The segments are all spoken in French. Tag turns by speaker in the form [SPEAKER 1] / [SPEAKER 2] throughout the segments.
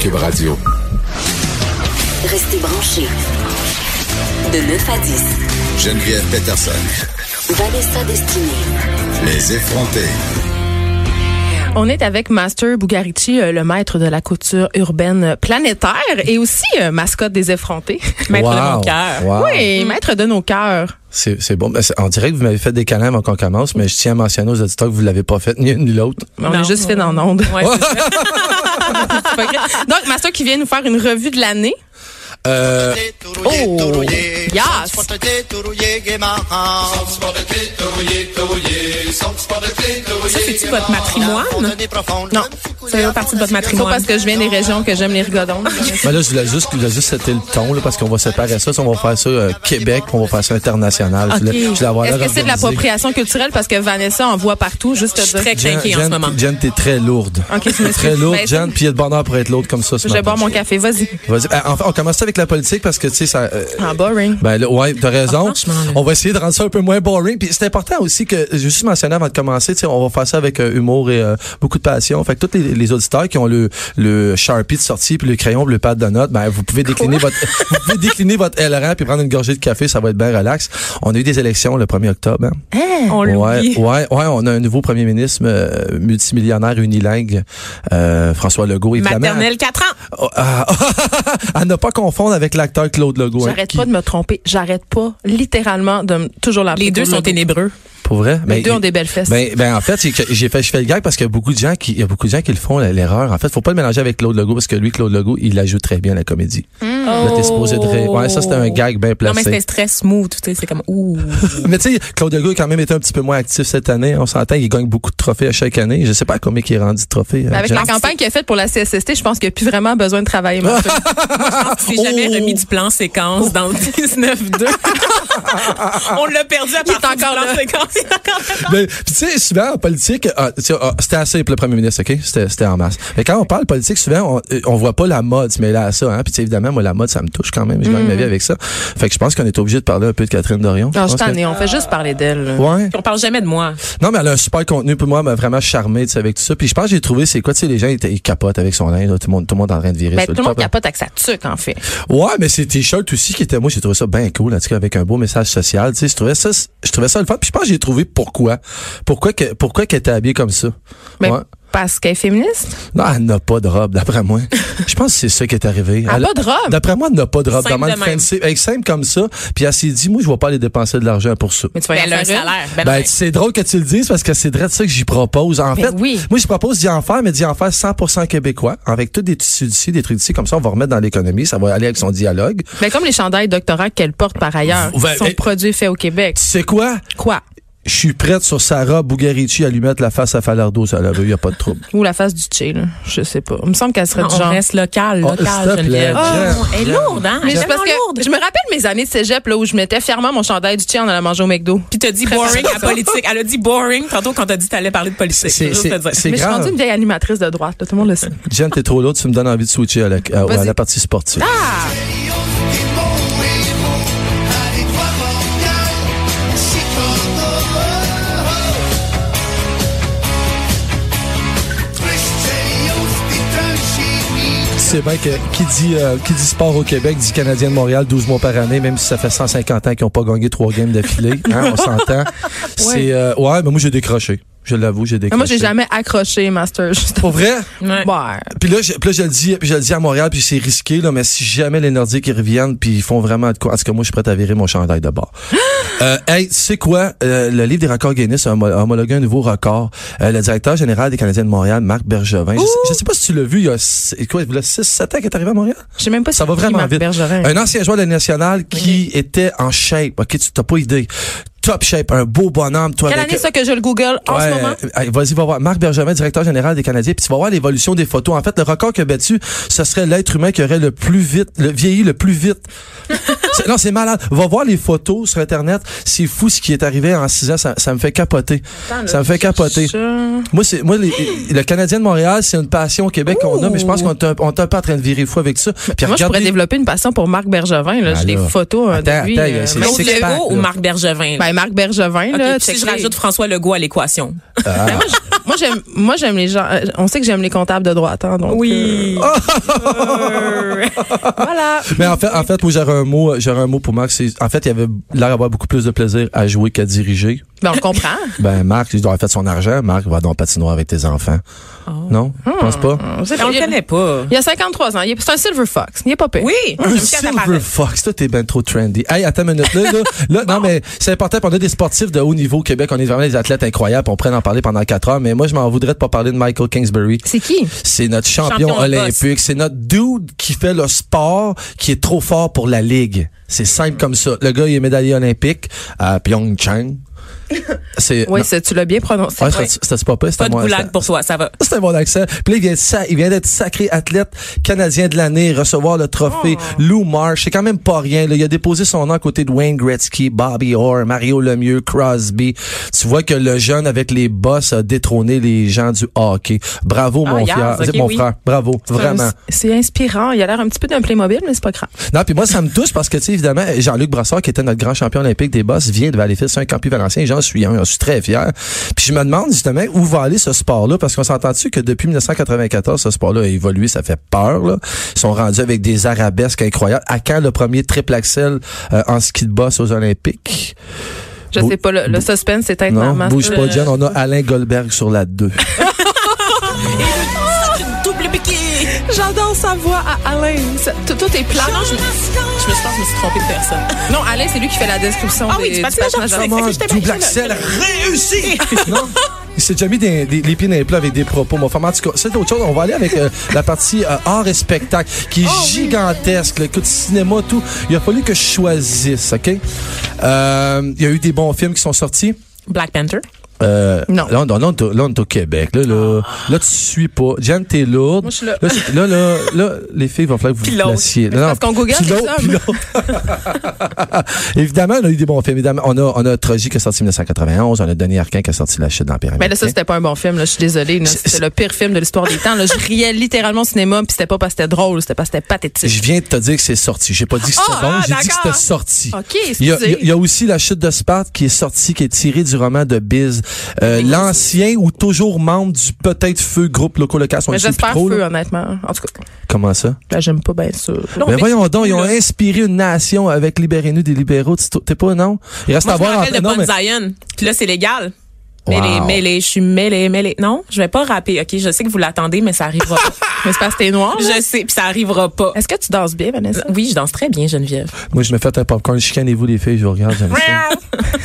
[SPEAKER 1] Cube Radio.
[SPEAKER 2] Restez branchés. De 9 à 10,
[SPEAKER 1] Geneviève Peterson.
[SPEAKER 2] Vanessa Destinée.
[SPEAKER 1] Les effrontés.
[SPEAKER 3] On est avec Master Bugarici, euh, le maître de la couture urbaine planétaire et aussi euh, mascotte des effrontés.
[SPEAKER 4] Maître
[SPEAKER 5] Wow.
[SPEAKER 4] de mon cœur.
[SPEAKER 5] Wow.
[SPEAKER 3] Oui, maître de nos cœurs.
[SPEAKER 5] C'est c'est bon. Ben, c'est- On dirait que vous m'avez fait des câlins avant qu'on commence, mais je tiens à mentionner aux auditeurs que vous l'avez pas fait ni une ni l'autre.
[SPEAKER 3] On
[SPEAKER 4] Non.
[SPEAKER 3] est juste fait dans l'onde.
[SPEAKER 4] Ouais, c'est ça.
[SPEAKER 3] C'est pas grave. Donc, Master qui vient nous faire une revue de l'année.
[SPEAKER 5] Euh,
[SPEAKER 3] Oh, yes.
[SPEAKER 4] Ça, c'est-tu votre matrimoine?
[SPEAKER 3] Non.
[SPEAKER 4] Ça fait pas partie de votre
[SPEAKER 3] C'est pas
[SPEAKER 4] matrimoine.
[SPEAKER 3] parce que je viens des régions que j'aime les rigodons.
[SPEAKER 5] mais là, je voulais juste, je voulais juste setter le ton, là, parce qu'on va séparer ça. Si On va faire ça euh, Québec, puis on va faire ça international. Je voulais- je voulais avoir
[SPEAKER 3] Est-ce
[SPEAKER 5] l'air
[SPEAKER 3] que c'est de
[SPEAKER 5] organisé.
[SPEAKER 3] l'appropriation culturelle? Parce que Vanessa en voit partout, juste
[SPEAKER 4] Je suis
[SPEAKER 3] de...
[SPEAKER 4] très
[SPEAKER 5] Jen,
[SPEAKER 4] clinquée en ce
[SPEAKER 5] Jen-
[SPEAKER 4] moment.
[SPEAKER 5] Jen, t'es très lourde.
[SPEAKER 3] Ok, je
[SPEAKER 5] T'es
[SPEAKER 3] m'excuse.
[SPEAKER 5] très lourde,
[SPEAKER 3] Ben,
[SPEAKER 5] Jen, puis il y a de bonheur pour être lourde comme ça ce
[SPEAKER 3] Je vais
[SPEAKER 5] matin.
[SPEAKER 3] boire mon café, vas-y.
[SPEAKER 5] Vas-y. Ah, Enfin, on commence ça avec la politique, parce que, tu sais, ça... euh,
[SPEAKER 3] Ah, boring.
[SPEAKER 5] Ben là, ouais, t'as raison.
[SPEAKER 4] franchement, là.
[SPEAKER 5] on va essayer de rendre ça un peu moins boring. Puis c'est important aussi que je juste mentionné avant de commencer, tu sais, on va faire ça avec euh, humour et euh, beaucoup de passion. Fait que tous les, les auditeurs qui ont le le Sharpie de sortie puis le crayon, puis le pad de notes, ben vous pouvez décliner votre vous pouvez décliner votre aileron puis prendre une gorgée de café, ça va être bien relax. On a eu des élections le 1er octobre. hein.
[SPEAKER 4] On
[SPEAKER 5] Ouais,
[SPEAKER 4] l'oublie.
[SPEAKER 5] ouais, ouais, on a un nouveau premier ministre euh, multimillionnaire unilingue, euh, François Legault évidemment.
[SPEAKER 4] Maternelle 4 ans.
[SPEAKER 5] Oh, ah, à ne pas confondre avec l'acteur Claude Legault. hein,
[SPEAKER 3] J'arrête
[SPEAKER 5] qui-
[SPEAKER 3] pas de me tromper. J'arrête pas, littéralement, de m- toujours la
[SPEAKER 4] Les deux sont ténébreux.
[SPEAKER 5] Pour vrai?
[SPEAKER 3] Les
[SPEAKER 5] Ben,
[SPEAKER 3] deux ont des belles fesses.
[SPEAKER 5] Ben, ben en fait, c'est que j'ai fait, je fais le gag parce qu'il y a beaucoup de gens qui, il y a beaucoup de gens qui le font l- l'erreur. En fait, faut pas le mélanger avec Claude Legault parce que lui, Claude Legault, il la joue très bien la comédie.
[SPEAKER 3] Mm.
[SPEAKER 5] Là, t'es supposé de rire. Ouais, ça c'était un gag bien
[SPEAKER 4] Oh. Non, mais
[SPEAKER 5] placé.
[SPEAKER 4] c'était très smooth. tu sais, C'est comme, ouh.
[SPEAKER 5] mais tu sais, Claude Legault a quand même été un petit peu moins actif cette année. On s'entend, il gagne beaucoup de trophées à chaque année. Je sais pas combien il est rendu de trophées. euh,
[SPEAKER 3] Avec
[SPEAKER 5] Jean.
[SPEAKER 3] la campagne qu'il a faite pour la CSST, je pense qu'il n'y a plus vraiment besoin de travailler. Mathieu.
[SPEAKER 4] C'est jamais
[SPEAKER 5] Oh.
[SPEAKER 4] remis du plan séquence dans le 19-2. On l'a perdu à
[SPEAKER 3] Il est
[SPEAKER 4] partir du
[SPEAKER 3] encore
[SPEAKER 4] plan
[SPEAKER 3] là.
[SPEAKER 4] séquence. Il est encore là.
[SPEAKER 5] Ben, pis tu sais, souvent en politique, ah, tu sais, ah, c'était assez pour le premier ministre, OK? C'était c'était en masse. Mais quand on parle politique, souvent, on, euh, on voit pas la mode se mêler à ça. Hein? Puis tu sais, évidemment, moi, la mode, ça me touche quand même. Je gagne ma vie avec ça. Fait que je pense qu'on est obligé de parler un peu de Catherine Dorion.
[SPEAKER 3] Non, Mm. Ah, je
[SPEAKER 5] pense
[SPEAKER 3] t'en
[SPEAKER 5] que-
[SPEAKER 3] ai, on fait juste parler d'elle. là.
[SPEAKER 5] Ouais.
[SPEAKER 4] On parle jamais de moi.
[SPEAKER 5] Non, mais elle a un super contenu pour moi, m'a vraiment charmé tu sais, avec tout ça. Puis je pense que j'ai trouvé, c'est quoi, tu sais, les gens, ils, étaient- ils capotent avec son linge. là. Tout le monde, tout le monde est en train de virer.
[SPEAKER 3] Ben,
[SPEAKER 5] sur
[SPEAKER 3] tout le monde
[SPEAKER 5] top, là.
[SPEAKER 3] capote avec sa tuque, en fait.
[SPEAKER 5] Ouais, mais ces t-shirts aussi qui étaient, moi, j'ai trouvé ça bien cool, en tout cas, avec un beau message social. Tu sais, je trouvais ça, je trouvais ça le fun. Puis je pense que j'ai trouvé pourquoi. Pourquoi que, pourquoi qu'elle était habillée comme ça.
[SPEAKER 3] Mais
[SPEAKER 5] Ouais.
[SPEAKER 3] parce qu'elle est féministe.
[SPEAKER 5] Non, elle n'a pas de robe, d'après moi. Je pense que c'est ça qui est arrivé.
[SPEAKER 3] Elle n'a pas de robe.
[SPEAKER 5] D'après moi, elle n'a pas de robe.
[SPEAKER 4] Simple
[SPEAKER 5] Dans
[SPEAKER 4] de
[SPEAKER 5] le
[SPEAKER 4] même.
[SPEAKER 5] fancy, avec simple comme ça. Puis elle s'est dit, moi, je vais pas aller dépenser de l'argent pour ça.
[SPEAKER 3] Mais tu vas
[SPEAKER 4] Ben,
[SPEAKER 3] y
[SPEAKER 4] elle a un
[SPEAKER 3] en faire une.
[SPEAKER 4] salaire. Ben,
[SPEAKER 5] Ben,
[SPEAKER 4] non,
[SPEAKER 5] c'est drôle que tu le dises parce que c'est vrai de ça que j'y propose. En
[SPEAKER 3] Ben
[SPEAKER 5] fait,
[SPEAKER 3] oui.
[SPEAKER 5] moi, je propose d'y en faire, mais d'y en faire 100% québécois, avec tous des tissus d'ici, des trucs d'ici. Comme ça, on va remettre dans l'économie. Ça va aller avec son dialogue.
[SPEAKER 3] Ben, comme les chandails doctorats qu'elle porte par ailleurs,
[SPEAKER 5] Ben,
[SPEAKER 3] qui sont
[SPEAKER 5] ben-
[SPEAKER 3] produits faits au Québec.
[SPEAKER 5] Tu sais quoi?
[SPEAKER 3] Quoi?
[SPEAKER 5] Je suis prête sur Sarah Bougarici à lui mettre la face à Falardeau, ça la veut, y a pas de trouble.
[SPEAKER 3] Ou la face du Che, là. Je sais pas. Il me semble qu'elle serait
[SPEAKER 4] on
[SPEAKER 3] du genre.
[SPEAKER 4] reste local,
[SPEAKER 5] Oh,
[SPEAKER 4] local,
[SPEAKER 5] s'il te plaît,
[SPEAKER 4] Geneviève.
[SPEAKER 5] Jen,
[SPEAKER 4] Oh, elle est
[SPEAKER 5] Jen.
[SPEAKER 4] lourde, hein?
[SPEAKER 3] Mais
[SPEAKER 4] Elle est
[SPEAKER 3] c'est parce
[SPEAKER 4] vraiment
[SPEAKER 3] que
[SPEAKER 4] lourde.
[SPEAKER 3] je me rappelle mes années de cégep, là, où je mettais fièrement mon chandail du Che en allant manger au McDo.
[SPEAKER 4] Puis t'as dit
[SPEAKER 3] Très
[SPEAKER 4] boring
[SPEAKER 3] facile,
[SPEAKER 4] à
[SPEAKER 3] ça.
[SPEAKER 4] politique. Elle a dit boring tantôt quand t'as dit t'allais parler de politique.
[SPEAKER 5] C'est-
[SPEAKER 4] Juste
[SPEAKER 5] c'est-
[SPEAKER 4] te dire.
[SPEAKER 5] c'est-
[SPEAKER 3] Mais je suis
[SPEAKER 5] grave.
[SPEAKER 3] rendue une vieille animatrice de droite, là, tout le monde le sait.
[SPEAKER 5] Jen, t'es trop lourd, tu me donnes envie de switcher à la, à- à
[SPEAKER 3] Vas-y.
[SPEAKER 5] la partie sportive.
[SPEAKER 3] Ah!
[SPEAKER 5] C'est bien que qui dit euh, qui dit sport au Québec dit Canadien de Montréal 12 mois par année, même si ça fait 150 ans qu'ils n'ont pas gagné trois games d'affilée. Hein, on s'entend. C'est euh, ouais, mais moi j'ai décroché. Je l'avoue, j'ai décroché.
[SPEAKER 3] Moi, j'ai jamais accroché, Master. Juste
[SPEAKER 5] Pour vrai?
[SPEAKER 4] Ouais.
[SPEAKER 3] Ouais. Bah,
[SPEAKER 5] Puis là, je, puis là, je le dis, puis je le dis à Montréal, puis c'est risqué là, mais si jamais les Nordiques ils reviennent, puis ils font vraiment de quoi, en tout cas, moi je suis prêt à virer mon chandail de bord. euh, hey, tu sais quoi? Euh, le livre des records Guinness a homo- a homologué un nouveau record. Euh, le directeur général des Canadiens de Montréal, Marc Bergevin. Je sais, je sais pas si tu l'as vu, il y a six- quoi, il y a 6 7 ans qu'il est arrivé à Montréal.
[SPEAKER 3] Je sais même pas
[SPEAKER 5] Ça
[SPEAKER 3] si
[SPEAKER 5] va
[SPEAKER 3] c'est qui,
[SPEAKER 5] vraiment
[SPEAKER 3] Marc
[SPEAKER 5] vite.
[SPEAKER 3] Bergevin.
[SPEAKER 5] Un ancien joueur de la nationale qui était en shape. OK, tu t'as pas idée. Top shape, un beau bonhomme, toi
[SPEAKER 3] Quelle
[SPEAKER 5] avec
[SPEAKER 3] année ça que je le Google en
[SPEAKER 5] Ouais,
[SPEAKER 3] ce moment?
[SPEAKER 5] euh, allez, Vas-y, va voir. Marc Bergevin, directeur général des Canadiens, puis tu vas voir l'évolution des photos. En fait, le record que battu, ce serait l'être humain qui aurait le plus vite, le vieilli le plus vite. C'est- Non, c'est malade. Va voir les photos sur Internet. C'est fou ce qui est arrivé en 6 ans. Ça, ça me fait capoter. ça me fait capoter. Moi, c'est moi les- le Canadien de Montréal, c'est une passion au Québec qu'on a, mais je pense qu'on est un- on est un peu en train de virer fou avec ça. Puis
[SPEAKER 3] Moi, je pourrais développer une passion pour Marc Bergevin. là. J'ai
[SPEAKER 5] Ah,
[SPEAKER 3] des
[SPEAKER 5] là.
[SPEAKER 3] photos hein,
[SPEAKER 5] Attends,
[SPEAKER 3] de lui.
[SPEAKER 5] attends,
[SPEAKER 3] euh,
[SPEAKER 5] c'est-
[SPEAKER 3] mais-
[SPEAKER 4] Claude
[SPEAKER 5] six-pack,
[SPEAKER 4] Legault
[SPEAKER 5] là.
[SPEAKER 4] ou Marc Bergevin? là?
[SPEAKER 3] ben, Marc Bergevin,
[SPEAKER 4] Ok,
[SPEAKER 3] là,
[SPEAKER 4] puis si je
[SPEAKER 3] checker.
[SPEAKER 4] rajoute François Legault à l'équation.
[SPEAKER 3] Ben, moi, j'- moi, j'aime, moi, j'aime les gens. euh, On sait que j'aime les comptables de droite, hein, donc. euh, voilà.
[SPEAKER 5] Mais en fait, en fait, moi, j'aurais un mot, j'aurais un mot pour Marc. C'est, en fait, il avait l'air d'avoir beaucoup plus de plaisir à jouer qu'à diriger.
[SPEAKER 3] Ben, on comprend.
[SPEAKER 5] Ben, Marc, il doit avoir fait son argent. Marc, va dans le patinoire avec tes enfants. Non? Je pense pas?
[SPEAKER 3] On sait
[SPEAKER 4] on
[SPEAKER 3] qu'il-
[SPEAKER 4] le connaît pas.
[SPEAKER 3] Il y a 53 ans. Il est- C'est un Silver Fox. Il est pas pire.
[SPEAKER 4] Oui,
[SPEAKER 5] Un
[SPEAKER 4] j'aime ça, ça
[SPEAKER 5] Silver
[SPEAKER 4] paraît.
[SPEAKER 5] Fox, toi, t'es ben trop trendy. Hey, attends une minute, là, là, là, non, mais c'est important, puis on a des sportifs de haut niveau au Québec, on est vraiment des athlètes incroyables, puis on pourrait en parler pendant quatre heures, mais moi, je m'en voudrais de pas parler de Michael Kingsbury.
[SPEAKER 3] C'est qui?
[SPEAKER 5] C'est notre champion,
[SPEAKER 4] Champion de
[SPEAKER 5] olympique, c'est notre dude qui fait le sport, qui est trop fort pour la ligue. C'est simple comme ça. Le gars, il est médaillé olympique à Pyeongchang. C'est,
[SPEAKER 3] Oui,
[SPEAKER 5] non.
[SPEAKER 3] c'est- tu l'as bien prononcé.
[SPEAKER 5] Ouais,
[SPEAKER 3] Ouais.
[SPEAKER 5] c'était- c'était pas pire, c'était
[SPEAKER 4] Pas de
[SPEAKER 5] moi, c'était-
[SPEAKER 4] goulag pour toi, ça va.
[SPEAKER 5] c'est un bon accent. Puis là, il vient, de sa- il vient d'être sacré athlète canadien de l'année, recevoir le trophée
[SPEAKER 4] Oh.
[SPEAKER 5] Lou Marsh. C'est quand même pas rien. là. Il a déposé son nom à côté de Wayne Gretzky, Bobby Orr, Mario Lemieux, Crosby. Tu vois que le jeune avec les boss a détrôné les gens du hockey. Bravo,
[SPEAKER 4] Ah,
[SPEAKER 5] mon,
[SPEAKER 4] yes,
[SPEAKER 5] fier-
[SPEAKER 4] ok,
[SPEAKER 5] mon
[SPEAKER 4] oui.
[SPEAKER 5] frère. Bravo, vraiment.
[SPEAKER 3] C'est inspirant. Il a l'air un petit peu d'un Playmobil, mais c'est pas grave.
[SPEAKER 5] Non, puis moi, ça me touche parce que, tu sais, évidemment, Jean-Luc Brassard, qui était notre grand champion olympique des bosses, vient de Valleyfield, c'est un campus valencien. J'en suis un, j'en suis très fier. Puis je me demande, justement, où va aller ce sport-là? Parce qu'on s'entend-tu que depuis 1994, ce sport-là a évolué, ça fait peur, là. Ils sont rendus avec des arabesques incroyables. À quand le premier triple axel euh, en ski de boss aux Olympiques?
[SPEAKER 3] Je
[SPEAKER 5] Bou-
[SPEAKER 3] sais pas, le, le suspense, c'est peut-être
[SPEAKER 5] Non,
[SPEAKER 3] ma- ma-
[SPEAKER 5] bouge pas,
[SPEAKER 3] euh,
[SPEAKER 5] John. On a Alain Goldberg sur la 2.
[SPEAKER 4] Double piqué!
[SPEAKER 3] J'adore sa voix à Alain. Ça- tout, tout est plat.
[SPEAKER 4] Ah non, je me, je me- je pense que je me suis trompée de personne.
[SPEAKER 3] Non, Alain, c'est lui qui fait la description
[SPEAKER 4] Ah
[SPEAKER 3] des,
[SPEAKER 4] oui, du patinage artistique.
[SPEAKER 3] artistique.
[SPEAKER 5] Comment
[SPEAKER 4] que j'étais bien
[SPEAKER 5] double
[SPEAKER 4] là.
[SPEAKER 5] axel réussi? non? Il s'est déjà mis des, des- les pieds dans les plats avec des propos. Mon en tout cas, c'est autre chose. On va aller avec euh, la partie euh, art et spectacle qui est gigantesque. Le coup de cinéma, tout. Il a fallu que je choisisse, OK? Euh, il y a eu des bons films qui sont sortis.
[SPEAKER 4] Black Panther.
[SPEAKER 5] Euh,
[SPEAKER 3] Non.
[SPEAKER 5] Là, on, là, on est au- là, on est au Québec. Là, là, là, tu suis pas. Jen, t'es lourde.
[SPEAKER 3] Moi, je suis là.
[SPEAKER 5] c'est- Là, là, là, les filles vont falloir que vous vous
[SPEAKER 4] Pilote.
[SPEAKER 5] placiez.
[SPEAKER 3] Mais c'est parce qu'on google
[SPEAKER 5] pilote,
[SPEAKER 3] les hommes.
[SPEAKER 5] pilote. évidemment, on a eu des bons films. Évidemment, on a, on a Troji qui est sorti en 1991. On a Denis Arcand qui a sorti La chute dans la pyramide.
[SPEAKER 3] Mais Ben là, ça, c'était pas un bon film. là. Je suis désolée. là. C'était
[SPEAKER 5] C'est-
[SPEAKER 3] le pire film de l'histoire des temps. Là. Je riais littéralement au cinéma, puis c'était pas parce que c'était drôle, c'était parce que c'était pathétique.
[SPEAKER 5] Je viens de te dire que c'est sorti. J'ai pas dit que c'était
[SPEAKER 3] Ah,
[SPEAKER 5] bon,
[SPEAKER 3] ah,
[SPEAKER 5] j'ai dit que
[SPEAKER 3] d'accord.
[SPEAKER 5] c'était sorti.
[SPEAKER 3] OK,
[SPEAKER 5] Il y, a,
[SPEAKER 3] excusez.
[SPEAKER 5] il y a aussi La chute de Sparte qui est sortie, qui est tirée du roman de Biz, Euh,
[SPEAKER 3] Ben,
[SPEAKER 5] l'ancien ou toujours membre du peut-être feu groupe Loco Locas. On
[SPEAKER 3] Mais
[SPEAKER 5] le sait plus
[SPEAKER 3] Ben, j'espère
[SPEAKER 5] trop,
[SPEAKER 3] feu,
[SPEAKER 5] là.
[SPEAKER 3] honnêtement. En tout cas,
[SPEAKER 5] Comment ça?
[SPEAKER 3] là, j'aime pas bien ça.
[SPEAKER 5] Mais
[SPEAKER 4] mais
[SPEAKER 5] voyons donc, ils ont
[SPEAKER 4] là.
[SPEAKER 5] inspiré une nation avec Libérez-nous des libéraux. Tu t- T'es pas, non? Il reste
[SPEAKER 4] Moi,
[SPEAKER 5] à
[SPEAKER 4] je me
[SPEAKER 5] voir.
[SPEAKER 4] rappelle de
[SPEAKER 5] non,
[SPEAKER 4] Bon
[SPEAKER 5] mais-
[SPEAKER 4] Zion. Puis là, c'est légal. Mais
[SPEAKER 5] Wow.
[SPEAKER 4] les, mais les, je suis mêlée, mêlée. Non, je vais pas rapper. OK, je sais que vous l'attendez, mais ça arrivera pas.
[SPEAKER 3] Mais c'est parce que t'es noir.
[SPEAKER 4] je sais, puis ça arrivera pas.
[SPEAKER 3] Est-ce que tu danses bien,
[SPEAKER 5] Euh,
[SPEAKER 3] Vanessa?
[SPEAKER 4] Oui, je danse très bien, Geneviève.
[SPEAKER 5] Moi, je me fais un popcorn. Chicanez-vous, les filles, je vous regarde, j'aime ça.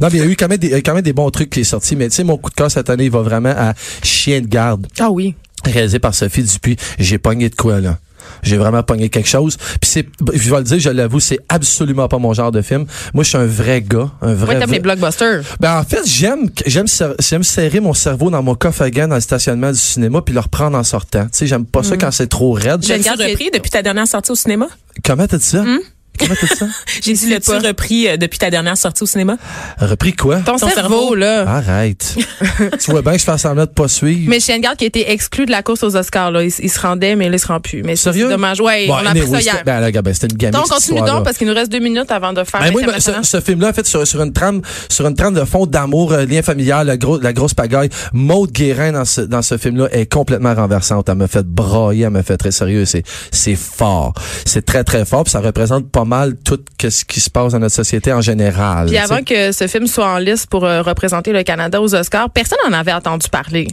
[SPEAKER 5] Non, mais il y a eu quand même des, il y a quand même des bons trucs qui est sorti. Mais tu sais, mon coup de cœur cette année, il va vraiment à Chien de garde.
[SPEAKER 3] Ah oui.
[SPEAKER 5] réalisé par Sophie Dupuis. J'ai pogné de quoi, là? J'ai vraiment pogné quelque chose. Puis c'est, je vais le dire, je l'avoue, c'est absolument pas mon genre de film. Moi, je suis un vrai gars, un vrai.
[SPEAKER 3] Moi, t'aimes
[SPEAKER 5] vrai-
[SPEAKER 3] les blockbusters.
[SPEAKER 5] Ben en fait, j'aime j'aime ser- j'aime serrer mon cerveau dans mon coffre à gants dans le stationnement du cinéma puis le reprendre en sortant. Tu sais, j'aime pas
[SPEAKER 3] Mm.
[SPEAKER 5] ça quand c'est trop raide.
[SPEAKER 4] Je
[SPEAKER 3] J'aime
[SPEAKER 4] l'ai
[SPEAKER 3] bien
[SPEAKER 4] repris depuis ta dernière sortie au cinéma.
[SPEAKER 5] Comment t'as dit ça
[SPEAKER 3] Hmm?
[SPEAKER 5] Comment t'as dit ça
[SPEAKER 4] J'ai dit, l'as-tu repris euh, depuis ta dernière sortie au cinéma?
[SPEAKER 5] Repris quoi
[SPEAKER 3] Ton,
[SPEAKER 4] Ton
[SPEAKER 3] cerveau,
[SPEAKER 4] cerveau.
[SPEAKER 3] là.
[SPEAKER 5] Ah. Arrête. tu vois bien que je fais semblant de pas suivre.
[SPEAKER 3] Mais Chien de garde qui a été exclu de la course aux Oscars, là. Il, s- il se rendait, mais là, il se rend plus. Mais c'est
[SPEAKER 5] Sérieux
[SPEAKER 3] dommage. Ouais,
[SPEAKER 5] Bon,
[SPEAKER 3] on a appris ça
[SPEAKER 5] anyway, c'était-
[SPEAKER 3] hier.
[SPEAKER 5] ben, là, regarde, ben, c'était une gamine,
[SPEAKER 3] Donc,
[SPEAKER 5] cette
[SPEAKER 3] continue
[SPEAKER 5] histoire-là.
[SPEAKER 3] donc, parce qu'il nous reste deux minutes avant de faire
[SPEAKER 5] Ben, moi, ce,
[SPEAKER 3] l'international.
[SPEAKER 5] ce film-là, en fait, sur, sur une trame, sur une trame de fond d'amour, euh, lien familial, la, gros- la grosse pagaille. Maude Guérin dans ce, dans ce film-là est complètement renversante. Elle m'a fait brailler, elle m'a fait très sérieux. C'est, c'est fort. C'est très, très fort. Puis ça représente pas mal tout que ce qui se passe dans notre société en général.
[SPEAKER 3] Puis
[SPEAKER 5] tu sais.
[SPEAKER 3] avant que ce film soit en liste pour euh, représenter le Canada aux Oscars, personne n'en avait entendu parler.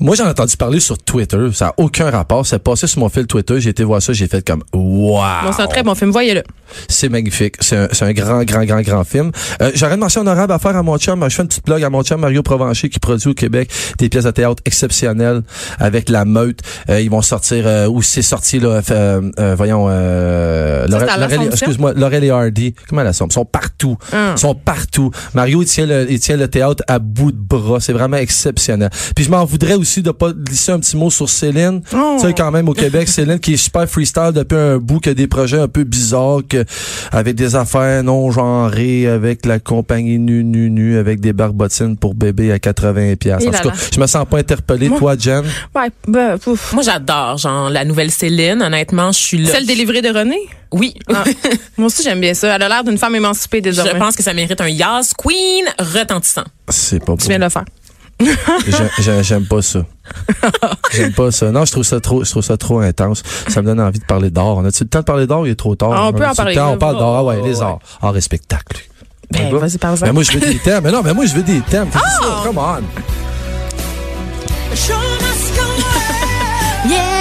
[SPEAKER 5] Moi, j'en ai entendu parler sur Twitter. Ça n'a aucun rapport. C'est passé sur mon fil Twitter. J'ai été voir ça. J'ai fait comme, wow.
[SPEAKER 3] Bon, c'est un très bon film. Voyez-le.
[SPEAKER 5] C'est magnifique. C'est un, c'est un grand, grand, grand, grand film. Euh, J'aurais une mention honorable à faire à mon chum. Je fais une petite blog à mon chum Mario Provencher qui produit au Québec des pièces de théâtre exceptionnelles avec la meute. Euh, ils vont sortir, euh, ou c'est sorti, là, euh, euh, voyons, euh,
[SPEAKER 3] Ça,
[SPEAKER 5] Laurel-
[SPEAKER 3] c'est à
[SPEAKER 5] Laurel-
[SPEAKER 3] l'Assomption?
[SPEAKER 5] excuse-moi, Laurel et Hardy. Comment la somme? Ils sont partout.
[SPEAKER 3] Hum.
[SPEAKER 5] Ils sont partout. Mario, il tient le, il tient le théâtre à bout de bras. C'est vraiment exceptionnel. Puis je m'en voudrais aussi de pas glisser un petit mot sur
[SPEAKER 3] Oh.
[SPEAKER 5] Céline. Tu sais, quand même, au Québec, Céline qui est super freestyle depuis un bout, qui a des projets un peu bizarres, que euh, avec des affaires non genrées, avec la compagnie nu nu nu, avec des barbotines pour bébé à 80 pièces.
[SPEAKER 3] Et
[SPEAKER 5] En
[SPEAKER 3] là
[SPEAKER 5] tout cas,
[SPEAKER 3] là.
[SPEAKER 5] je me sens pas interpellé,
[SPEAKER 3] Moi-
[SPEAKER 5] toi, Jen.
[SPEAKER 3] Ouais, ben, pouf.
[SPEAKER 4] Moi, j'adore, genre, la nouvelle Céline. Honnêtement, je suis là.
[SPEAKER 3] Celle délivrée de René?
[SPEAKER 4] Oui.
[SPEAKER 3] Ah, moi aussi, j'aime bien ça. Elle a l'air d'une femme émancipée désormais.
[SPEAKER 4] Je pense que ça mérite un Yas Queen retentissant.
[SPEAKER 5] C'est pas
[SPEAKER 3] Tu viens
[SPEAKER 5] bon.
[SPEAKER 3] de le faire.
[SPEAKER 5] J'ai- j'ai- J'aime pas ça. J'aime pas ça. Non, je trouve ça trop, je trouve ça trop intense. Ça me donne envie de parler d'art. On a-tu le temps de parler d'art? ou Il est trop tard.
[SPEAKER 3] Ah, on peut
[SPEAKER 5] a-tu
[SPEAKER 3] en
[SPEAKER 5] le
[SPEAKER 3] parler.
[SPEAKER 5] temps? on parle d'art. Ah ouais,
[SPEAKER 3] Oh,
[SPEAKER 5] les
[SPEAKER 3] ouais.
[SPEAKER 5] arts. Arts et spectacle.
[SPEAKER 3] Ben,
[SPEAKER 5] Bon.
[SPEAKER 3] vas-y, parle-en.
[SPEAKER 5] Mais moi, je veux des thèmes. Mais non, mais moi, je veux des thèmes. Fais
[SPEAKER 3] Ah!
[SPEAKER 5] ça, come on.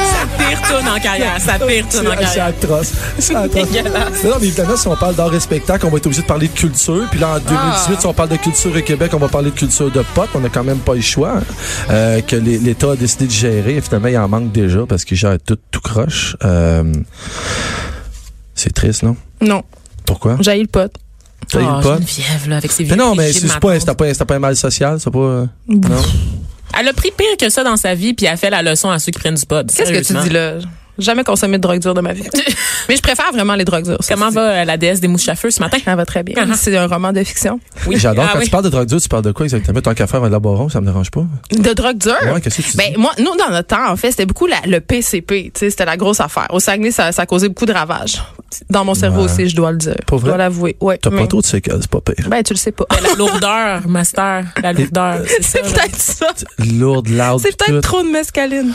[SPEAKER 4] Ça pire tourne en carrière. Ça pire tourne en
[SPEAKER 5] C'est c'est
[SPEAKER 4] carrière.
[SPEAKER 5] atroce. C'est atroce. Non, mais évidemment, si on parle d'art et spectacle, on va être obligé de parler de culture. Puis là,
[SPEAKER 4] Ah.
[SPEAKER 5] en 2018, si on parle de culture au Québec, on va parler de culture de potes. On n'a quand même pas eu le choix hein, euh, que les- l'État a décidé de gérer. Et finalement, il en manque déjà parce qu'il gère tout, tout croche. Euh, c'est triste, non?
[SPEAKER 3] Non,
[SPEAKER 5] Pourquoi?
[SPEAKER 3] j'ai le pote.
[SPEAKER 5] T'as eu le
[SPEAKER 4] Oh,
[SPEAKER 5] pote?
[SPEAKER 4] Geneviève, là, avec ses vieux
[SPEAKER 5] Mais non, mais
[SPEAKER 4] clichés de
[SPEAKER 5] c'est c'est pas, un-
[SPEAKER 4] matantes.
[SPEAKER 5] c'est pas, un- c'est pas un mal social, c'est pas... euh, non?
[SPEAKER 4] Elle a pris pire que ça dans sa vie, puis elle a fait la leçon à ceux qui prennent du pod.
[SPEAKER 3] Qu'est-ce que tu
[SPEAKER 4] sérieusement.
[SPEAKER 3] dis là? Jamais consommé de drogue dure de ma vie. Mais je préfère vraiment les drogues dures. ça,
[SPEAKER 4] Comment
[SPEAKER 3] c'est-
[SPEAKER 4] va euh, la déesse des mouches à feu ce matin?
[SPEAKER 3] Elle va très bien.
[SPEAKER 4] Ah.
[SPEAKER 3] C'est un roman de fiction.
[SPEAKER 4] Oui.
[SPEAKER 5] J'adore.
[SPEAKER 4] Ah
[SPEAKER 5] Quand
[SPEAKER 4] oui.
[SPEAKER 5] tu parles de drogue dure, tu parles de quoi exactement? Tant qu'à faire un laboron, ça me dérange pas.
[SPEAKER 3] De drogue dure?
[SPEAKER 5] Ouais, qu'est-ce que tu dis?
[SPEAKER 3] Ben, moi, nous, dans notre temps, en fait, c'était beaucoup la- le PCP. tu sais, C'était la grosse affaire. Au Saguenay, ça, ça a causé beaucoup de ravages. Dans mon cerveau
[SPEAKER 5] Ouais.
[SPEAKER 3] aussi, je dois le dire.
[SPEAKER 5] Pas vrai?
[SPEAKER 3] Je dois l'avouer. Ouais.
[SPEAKER 5] T'as pas
[SPEAKER 3] Mais-
[SPEAKER 5] trop de séquelles, c'est pas pire.
[SPEAKER 3] Ben, tu le sais pas.
[SPEAKER 4] La lourdeur, master. La
[SPEAKER 5] euh,
[SPEAKER 4] lourdeur. C'est
[SPEAKER 3] C'est
[SPEAKER 4] ça, là.
[SPEAKER 3] peut-être ça.
[SPEAKER 5] Lourde, loud.
[SPEAKER 3] C'est
[SPEAKER 5] tout.
[SPEAKER 3] peut-être trop de mescaline.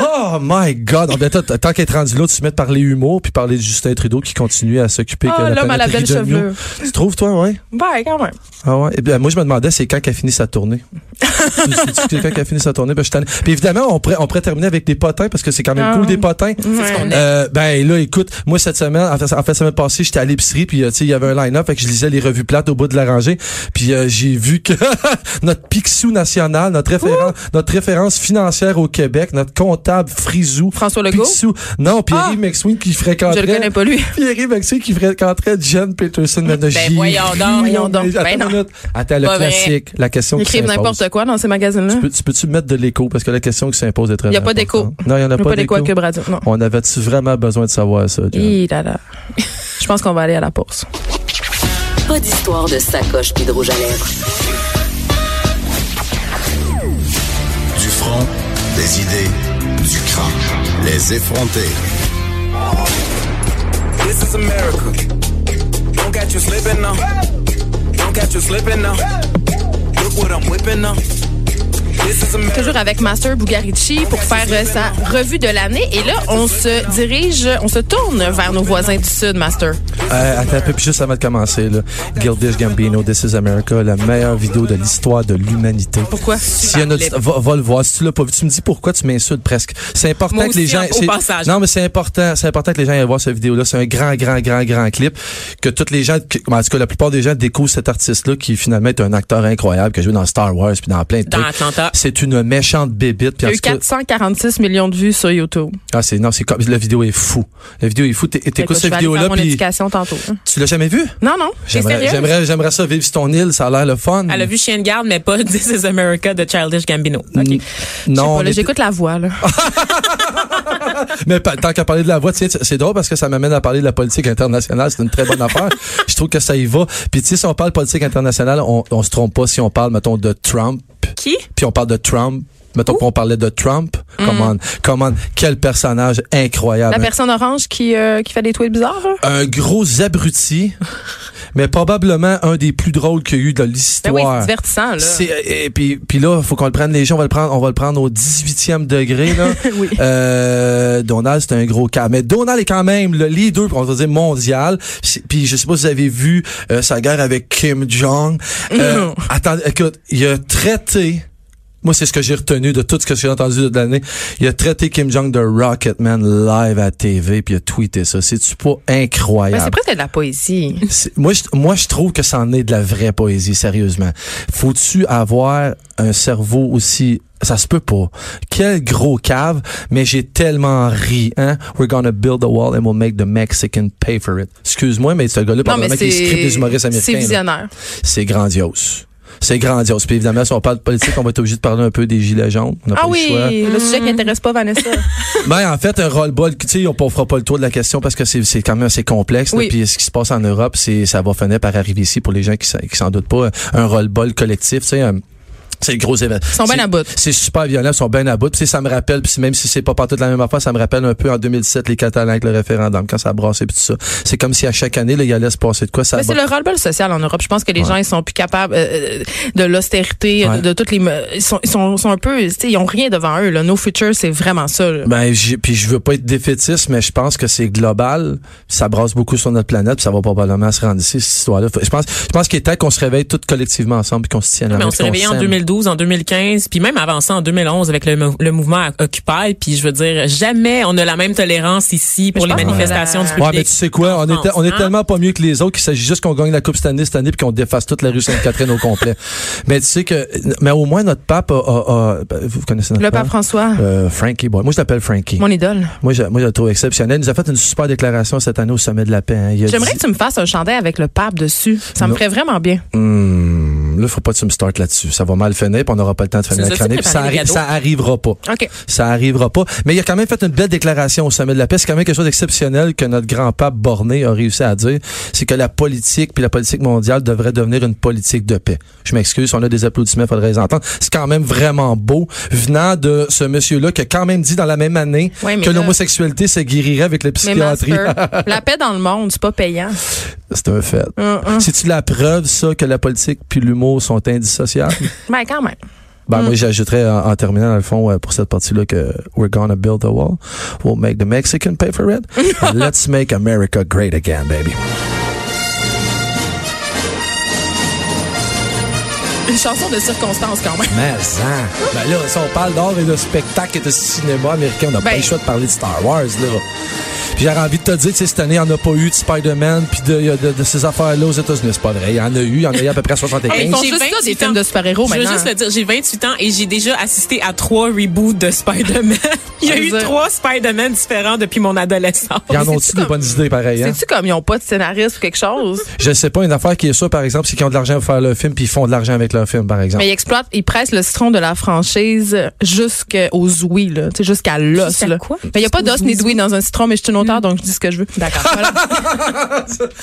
[SPEAKER 5] Oh my God! Ah, ben, toi, t- tant qu'être rendu là, tu te mets de parler humour puis parler de Justin Trudeau qui continue à s'occuper
[SPEAKER 3] Ah,
[SPEAKER 5] que la
[SPEAKER 3] l'homme à la
[SPEAKER 5] planète
[SPEAKER 3] belle
[SPEAKER 5] rit de nous.
[SPEAKER 3] chevelure.
[SPEAKER 5] Tu trouves, toi, ouais?
[SPEAKER 3] Ben, quand même.
[SPEAKER 5] Ah ouais? Eh bien, moi, je me demandais, c'est quand qu'elle a fini sa tournée? C'est quelqu'un qui a fini sa tournée? Ben, je suis tanné. Puis évidemment, on pourrait, on pourrait terminer avec des potins parce que c'est quand même
[SPEAKER 3] Ah.
[SPEAKER 5] cool des potins.
[SPEAKER 3] Ouais.
[SPEAKER 4] qu'on aime.
[SPEAKER 5] Euh, ben là, écoute, moi cette semaine, en fait, en fait semaine passée, j'étais à l'épicerie, puis euh, tu sais, il y avait un line-up, fait que je lisais les revues plates au bout de la rangée, puis euh, j'ai vu que notre Picsou national, notre référence, notre référence financière au Québec, notre comptable Frisou,
[SPEAKER 3] François Legault?
[SPEAKER 5] Picsou, non, Pierre yves
[SPEAKER 3] Ah!
[SPEAKER 5] McSween qui fréquentait,
[SPEAKER 3] Je le connais pas, lui.
[SPEAKER 5] Pierre McSween qui fréquentait Jen Peterson, ben,
[SPEAKER 4] voyons donc,
[SPEAKER 3] voyons donc.
[SPEAKER 5] Attends,
[SPEAKER 3] Ben non.
[SPEAKER 5] une minute. Attends, le
[SPEAKER 4] Pas vrai.
[SPEAKER 5] classique, la question
[SPEAKER 3] Ils
[SPEAKER 5] qui
[SPEAKER 3] écrivent
[SPEAKER 5] s'impose.
[SPEAKER 3] n'importe quoi dans ces magazines-là.
[SPEAKER 5] Tu peux- tu peux-tu mettre de l'écho parce que la question qui s'impose est très
[SPEAKER 3] Y a pas d'écho.
[SPEAKER 5] importante. Non, il y en a
[SPEAKER 3] Je veux
[SPEAKER 5] pas
[SPEAKER 3] pas les quoi
[SPEAKER 5] d'écho.
[SPEAKER 3] que Radio. Non.
[SPEAKER 5] On avait-tu vraiment besoin de savoir ça, Jen?
[SPEAKER 3] Hi là là. Je pense qu'on va aller à la pause.
[SPEAKER 2] Pas d'histoire de sacoche puis de rouge à lèvres.
[SPEAKER 1] Du front, des idées, du crâne. Les effronter.
[SPEAKER 6] This is America. Don't catch you slipping now. Don't catch you slipping now. Look what I'm whipping now. This is America.
[SPEAKER 3] Toujours avec Master Bugarici pour faire euh, sa revue de l'année. Et là, on se dirige, on se tourne vers nos voisins du Sud, Master.
[SPEAKER 5] Euh, attends un peu, puis juste avant de commencer, là, Gildish Gambino, This is America, la meilleure vidéo de l'histoire de l'humanité.
[SPEAKER 3] Pourquoi?
[SPEAKER 5] Si y en a- va, va le voir. Si tu l'as pas vu, tu me dis pourquoi tu m'insultes presque. C'est important
[SPEAKER 4] Moi
[SPEAKER 5] que les
[SPEAKER 4] aussi,
[SPEAKER 3] hein,
[SPEAKER 5] gens.
[SPEAKER 4] au
[SPEAKER 5] c'est-
[SPEAKER 4] passage.
[SPEAKER 5] Non, mais c'est important. C'est important que les gens aillent voir cette vidéo-là. C'est un grand, grand, grand, grand clip que toutes les gens, que- en tout cas, la plupart des gens découvrent cet artiste-là qui finalement est un acteur incroyable, qui a joué dans Star Wars puis dans plein de
[SPEAKER 4] Dans
[SPEAKER 5] trucs.
[SPEAKER 4] Atlanta.
[SPEAKER 5] C'est une méchante bébite.
[SPEAKER 3] Il y
[SPEAKER 5] puis en
[SPEAKER 3] a eu
[SPEAKER 5] tout cas-
[SPEAKER 3] 446 millions de vues sur YouTube.
[SPEAKER 5] Ah, c'est, non, c'est comme, la vidéo est fou. La vidéo est fou. T'é- T'écoutes
[SPEAKER 3] Écoute, je
[SPEAKER 5] cette
[SPEAKER 3] vais aller
[SPEAKER 5] vidéo-là
[SPEAKER 3] faire mon
[SPEAKER 5] puis
[SPEAKER 3] éducation tantôt. hein.
[SPEAKER 5] tu l'as jamais vu?
[SPEAKER 3] Non, non. T'es
[SPEAKER 5] J'aimerais,
[SPEAKER 3] sérieuse?
[SPEAKER 5] j'aimerais, j'aimerais ça vivre sur ton île, ça a l'air le fun.
[SPEAKER 4] Elle a vu Chien de garde, mais pas This is America de Childish Gambino. OK.
[SPEAKER 5] N-
[SPEAKER 3] Je sais
[SPEAKER 5] Non, Ah!
[SPEAKER 3] pas, là,
[SPEAKER 5] mais-
[SPEAKER 3] J'écoute la voix, là.
[SPEAKER 5] mais pa- tant qu'à parler de la voix, tu sais, c'est- c'est drôle parce que ça m'amène à parler de la politique internationale. C'est une très bonne affaire. Je trouve que ça y va. Puis tu sais, si on parle politique internationale, on, on se trompe pas si on parle, mettons, de Trump.
[SPEAKER 4] Qui?
[SPEAKER 5] Puis on parle de Trump. Mettons qu'on parlait de Trump. Comment, comment, quel personnage incroyable.
[SPEAKER 3] Mm. La
[SPEAKER 5] Un
[SPEAKER 3] personne orange qui, euh, qui fait des tweets bizarres. là.
[SPEAKER 5] un gros abruti, mais probablement un des plus drôles qu'il y a eu de
[SPEAKER 3] Ben oui,
[SPEAKER 5] l'histoire.
[SPEAKER 3] c'est divertissant, là.
[SPEAKER 5] C'est- et puis puis là faut qu'on le prenne les gens on va le prendre on va le prendre au 18e degré là.
[SPEAKER 3] Oui.
[SPEAKER 5] Euh, Donald c'est un gros cas mais Donald est quand même le leader on va dire mondial C'est- puis je sais pas si vous avez vu euh, sa guerre avec Kim Jong euh,
[SPEAKER 3] Non.
[SPEAKER 5] attends écoute il a traité moi, c'est ce que j'ai retenu de tout ce que j'ai entendu de l'année. Il a traité Kim Jong de Rocketman live à TV, puis il a tweeté ça. C'est-tu pas
[SPEAKER 3] Ben,
[SPEAKER 5] incroyable?
[SPEAKER 3] c'est presque de la poésie.
[SPEAKER 5] C'est- moi, je, moi, je trouve que ça en est de la vraie poésie, sérieusement. Faut-tu avoir un cerveau aussi... Ça se peut pas. Quel gros cave, mais j'ai tellement ri, hein? We're gonna build a wall and we'll make the Mexican pay for it. Excuse-moi, mais ce gars-là,
[SPEAKER 3] Non, mais
[SPEAKER 5] probablement qu'il script des humoristes
[SPEAKER 3] c'est
[SPEAKER 5] américains. là.
[SPEAKER 3] visionnaire.
[SPEAKER 5] C'est grandiose. C'est grandiose. Puis évidemment, si on parle de politique, on va être obligé de parler un peu des gilets jaunes. On n'a
[SPEAKER 3] Ah
[SPEAKER 5] pas le choix.
[SPEAKER 3] oui, le sujet qui n'intéresse pas Vanessa.
[SPEAKER 5] Ben, en fait, un roll-ball, tu sais, on ne fera pas le tour de la question parce que c'est c'est quand même assez complexe. là.
[SPEAKER 3] Oui.
[SPEAKER 5] Puis ce qui se passe en Europe, c'est ça va finir par arriver ici pour les gens qui s'en- qui s'en doutent pas. Un roll-ball collectif, tu sais. un- c'est le gros événement.
[SPEAKER 3] Ils sont bien
[SPEAKER 5] C'est-
[SPEAKER 3] à bout.
[SPEAKER 5] C'est super violent, ils sont bien à bout. Puis ça me rappelle, puis même si c'est pas partout la même affaire, ça me rappelle un peu en 2007 les Catalans avec le référendum, quand ça a brassé puis tout ça. C'est comme si à chaque année, là, il allait se passer de quoi. Ça
[SPEAKER 3] Mais Ben, c'est le roll-ball social en Europe. Je pense que les
[SPEAKER 5] Ouais.
[SPEAKER 3] gens, ils sont plus capables euh, de l'austérité,
[SPEAKER 5] Ouais.
[SPEAKER 3] de, de toutes les... me- Ils sont, ils sont, sont un peu... tu sais, Ils ont rien devant eux. Là. No future, c'est vraiment ça. là.
[SPEAKER 5] Ben, j'ai- puis je veux pas être défaitiste, mais je pense que c'est global. Ça brasse beaucoup sur notre planète, puis ça va probablement se rendre ici, cette histoire-là. Faut- Je pense, je pense qu'il est temps qu'on se réveille tous collectivement ensemble, puis qu'on se tienne la
[SPEAKER 4] Mais
[SPEAKER 5] main,
[SPEAKER 4] on
[SPEAKER 5] puis
[SPEAKER 4] s'est
[SPEAKER 5] qu'on
[SPEAKER 4] réveillé en
[SPEAKER 5] s'aime.
[SPEAKER 4] 2012, en 2015, puis même avant ça, en 2011, avec le, mou- le mouvement Occupy. Puis je veux dire, jamais on a la même tolérance ici pour
[SPEAKER 3] je
[SPEAKER 4] les
[SPEAKER 3] pense qu'on
[SPEAKER 4] manifestations
[SPEAKER 3] a
[SPEAKER 4] du
[SPEAKER 3] la-
[SPEAKER 4] public.
[SPEAKER 5] Ouais, mais tu sais quoi, on,
[SPEAKER 4] en
[SPEAKER 5] est, on est
[SPEAKER 4] France,
[SPEAKER 5] tellement pas mieux que les autres qu'il s'agit juste qu'on gagne la Coupe cette année, cette année, puis qu'on défasse toute la rue Sainte-Catherine au complet. Mais tu sais que, mais au moins notre pape a, a- a- ben, vous connaissez notre
[SPEAKER 3] Le pape François,
[SPEAKER 5] Euh, Frankie, boy. moi je l'appelle Frankie.
[SPEAKER 3] mon idole.
[SPEAKER 5] Moi, je, moi, je le trouve exceptionnel. Il nous a fait une super déclaration cette année au sommet de la paix. hein. Il a
[SPEAKER 3] J'aimerais
[SPEAKER 5] dit-
[SPEAKER 3] que tu me fasses un chandail avec le pape dessus. Ça me
[SPEAKER 5] Non.
[SPEAKER 3] ferait vraiment bien.
[SPEAKER 5] Hum, là, faut pas que tu me startes là-dessus. Ça va mal finir, puis on n'aura pas le temps de finir
[SPEAKER 4] nous
[SPEAKER 5] la
[SPEAKER 4] as-tu
[SPEAKER 5] chronique. puis Ça,
[SPEAKER 4] préparé
[SPEAKER 5] arri-
[SPEAKER 4] le cadeau?
[SPEAKER 5] ça arrivera pas.
[SPEAKER 3] OK.
[SPEAKER 5] Ça arrivera pas. Mais il a quand même fait une belle déclaration au sommet de la paix. C'est quand même quelque chose d'exceptionnel que notre grand pape Borné a réussi à dire. C'est que la politique puis la politique mondiale devrait devenir une politique de paix. Je m'excuse, on a des applaudissements, faudrait les entendre. C'est quand même vraiment beau venant de ce monsieur-là qui a quand même dit dans la même année
[SPEAKER 3] Ouais, mais
[SPEAKER 5] que
[SPEAKER 3] là-
[SPEAKER 5] l'homosexualité se guérirait avec la
[SPEAKER 3] Mais
[SPEAKER 5] psychiatrie. Ah,
[SPEAKER 3] Masper, la paix dans le monde, c'est pas payant.
[SPEAKER 5] C'est un fait.
[SPEAKER 3] Hum, hum.
[SPEAKER 5] C'est-tu la preuve, ça, que la politique puis l'humour sont indissociables?
[SPEAKER 3] Mais quand même.
[SPEAKER 5] Ben,
[SPEAKER 3] Hmm.
[SPEAKER 5] moi, j'ajouterais en, en terminant, dans le fond, euh, pour cette partie-là, que we're gonna build a wall. We'll make the Mexican pay for it. And let's make America great again, baby.
[SPEAKER 3] Une chanson de circonstance quand même.
[SPEAKER 5] Mais, hein. Ben là, si on parle d'art et de spectacle et de cinéma américain, on n'a pas
[SPEAKER 3] Ben.
[SPEAKER 5] le choix de parler de Star Wars, là. Puis j'aurais envie de te dire, tu sais, cette année, on n'a pas eu de Spider-Man puis de, y a de- de ces affaires-là aux États-Unis. C'est pas vrai. Il y en a eu. Il y en a eu à peu près 75.
[SPEAKER 4] Hey,
[SPEAKER 3] Ils font
[SPEAKER 4] j'ai
[SPEAKER 3] juste ça, des
[SPEAKER 4] 28
[SPEAKER 3] films
[SPEAKER 4] ans.
[SPEAKER 3] de super-héros
[SPEAKER 4] Je veux
[SPEAKER 3] maintenant.
[SPEAKER 4] juste le dire, j'ai 28 ans et j'ai déjà assisté à trois reboots de Spider-Man. Il y a
[SPEAKER 3] Je veux
[SPEAKER 4] eu
[SPEAKER 3] dire-
[SPEAKER 4] trois Spider-Man différents depuis mon adolescence.
[SPEAKER 5] Ils en
[SPEAKER 3] Mais
[SPEAKER 5] ont-tu
[SPEAKER 3] c'est-tu
[SPEAKER 5] des
[SPEAKER 3] comme-
[SPEAKER 5] bonnes idées, pareil, hein?
[SPEAKER 3] C'est-tu comme ils ont pas de scénariste ou quelque chose?
[SPEAKER 5] Je sais pas, une affaire qui est sûre, par exemple, c'est qu'ils ont de l'argent pour faire leur film puis ils font de l'argent avec leur film, par exemple.
[SPEAKER 3] Mais ils exploitent, ils pressent le citron de la franchise jusqu'aux ouïes, là. Tu sais, jusqu'à l'os,
[SPEAKER 4] Jusqu'à
[SPEAKER 3] là.
[SPEAKER 4] quoi? Hmm.
[SPEAKER 3] Mais il n'y a pas d'os ni d'ouïe dans un citron, mais je suis une auteure, donc je dis ce que je veux. D'accord.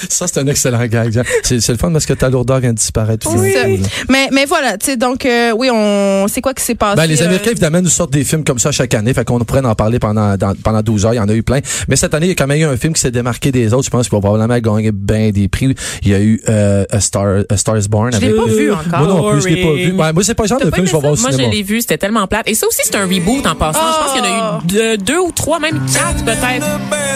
[SPEAKER 5] Ça, c'est un excellent gag. Jean. C'est c'est le fun parce que ta lourdeur vient de disparaître. Finalement.
[SPEAKER 3] mais, mais voilà, tu sais, donc, euh, oui, on sait quoi qui s'est passé.
[SPEAKER 5] Ben, les
[SPEAKER 3] euh,
[SPEAKER 5] Américains, évidemment, nous sortent des films comme ça chaque année. Fait qu'on pourrait en parler pendant, dans- pendant 12 heures. Il y en a eu plein. Mais cette année, il y a quand même eu un film qui s'est démarqué des autres. Je pense qu'il va probablement gagner bien des prix. Il y a eu euh, A, Star, A Star is Born.
[SPEAKER 3] Je l'ai
[SPEAKER 5] avec-
[SPEAKER 3] pas vu
[SPEAKER 5] Moi
[SPEAKER 3] encore.
[SPEAKER 5] non plus, je l'ai pas vu.
[SPEAKER 4] Boring.
[SPEAKER 5] Ouais, moi, c'est pas le genre de
[SPEAKER 3] pas
[SPEAKER 5] film que je vais
[SPEAKER 3] aimé
[SPEAKER 5] voir au
[SPEAKER 4] Moi, je
[SPEAKER 5] cinéma.
[SPEAKER 4] l'ai vu, c'était tellement plate. Et ça aussi, c'est un reboot en passant. Je pense qu'il y en
[SPEAKER 3] Ah!
[SPEAKER 4] a eu deux, deux ou trois, même quatre peut-être.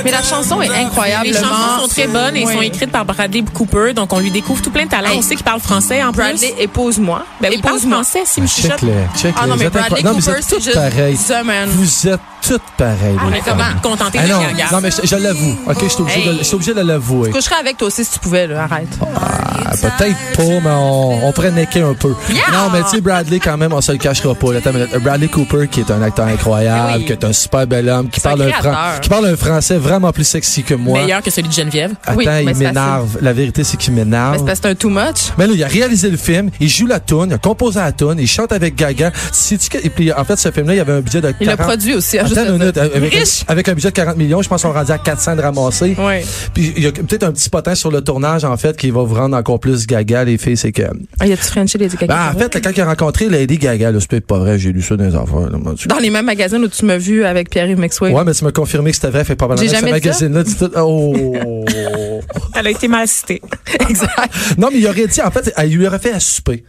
[SPEAKER 3] Mais la chanson est incroyable.
[SPEAKER 4] Les chansons sont très bonnes et sont écrites par Bradley Cooper, donc on lui découvre tout plein de talents.
[SPEAKER 3] Hey.
[SPEAKER 4] On sait qu'il parle français en
[SPEAKER 3] Bradley,
[SPEAKER 4] plus.
[SPEAKER 3] épouse-moi.
[SPEAKER 4] Ben, il parle
[SPEAKER 3] épouse-moi.
[SPEAKER 4] français, si me
[SPEAKER 5] Check
[SPEAKER 4] chuchote.
[SPEAKER 5] les, check
[SPEAKER 3] Ah non, mais Bradley Cooper, c'est
[SPEAKER 5] toutes
[SPEAKER 3] juste
[SPEAKER 5] pareilles.
[SPEAKER 3] Zeman.
[SPEAKER 5] Vous êtes toutes pareilles.
[SPEAKER 4] Ah,
[SPEAKER 5] les
[SPEAKER 4] mais
[SPEAKER 5] femmes.
[SPEAKER 4] comment contenter
[SPEAKER 5] Ah
[SPEAKER 4] de
[SPEAKER 5] non,
[SPEAKER 4] la gare?
[SPEAKER 5] non, mais je, je l'avoue. OK, je suis obligé, de-
[SPEAKER 3] Hey.
[SPEAKER 5] je suis obligé de l'avouer.
[SPEAKER 3] Je coucherais avec toi aussi si tu pouvais, là. Arrête.
[SPEAKER 5] Ah, peut-être pas, mais on, on pourrait necker un peu. Non, mais tu sais, Bradley, quand même, on se le cachera pas. Attends une minute. Bradley Cooper, qui est un acteur incroyable, qui est un super bel homme, qui
[SPEAKER 3] C'est un
[SPEAKER 5] parle, un fran-
[SPEAKER 3] créateur.
[SPEAKER 5] qui parle un français vraiment plus sexy que moi. Ah.
[SPEAKER 4] Meilleur que celui de Geneviève.
[SPEAKER 5] Attends,
[SPEAKER 3] Oui, mais
[SPEAKER 5] il
[SPEAKER 3] c'est
[SPEAKER 5] m'énerve. La vérité, c'est qu'il
[SPEAKER 3] Mais c'est
[SPEAKER 5] m'énerve.
[SPEAKER 3] parce que c'est un too much.
[SPEAKER 5] Mais là, il a réalisé le film, il joue la tune, il a composé la tune, il chante avec Gaga. Sais-tu que- Et puis, en fait, ce film-là, il y avait un budget de 40...
[SPEAKER 3] Il l'a produit aussi. hein,
[SPEAKER 5] Attends
[SPEAKER 3] juste
[SPEAKER 5] une
[SPEAKER 3] à
[SPEAKER 5] minute,
[SPEAKER 3] dire.
[SPEAKER 5] avec,
[SPEAKER 3] Riche.
[SPEAKER 5] avec un budget de 40 millions, je pense qu'on est rendu à 400 de ramasser.
[SPEAKER 3] Ouais.
[SPEAKER 5] Puis il y a peut-être un petit potin sur le tournage, en fait, qui va vous rendre encore plus gaga, les filles, c'est que...
[SPEAKER 3] Ah, y a-tu Frenchie les Gaga?
[SPEAKER 5] Ben, en fait, là, quand il a rencontré Lady Gaga, là, c'est peut-être pas vrai, j'ai lu ça dans les enfants. là, mon Dieu.
[SPEAKER 3] dans les mêmes magazines où tu m'as vu avec Pierre-Yves Maxwell.
[SPEAKER 5] Ouais, mais tu m'as confirmé que c'était vrai, fait probablement
[SPEAKER 3] J'ai
[SPEAKER 5] que ce
[SPEAKER 3] jamais dit ça.
[SPEAKER 5] magazine-là dit tout. Oh!
[SPEAKER 4] Elle a été mal citée.
[SPEAKER 3] Exact.
[SPEAKER 5] non, mais il aurait dit, en fait, elle lui aurait fait à souper.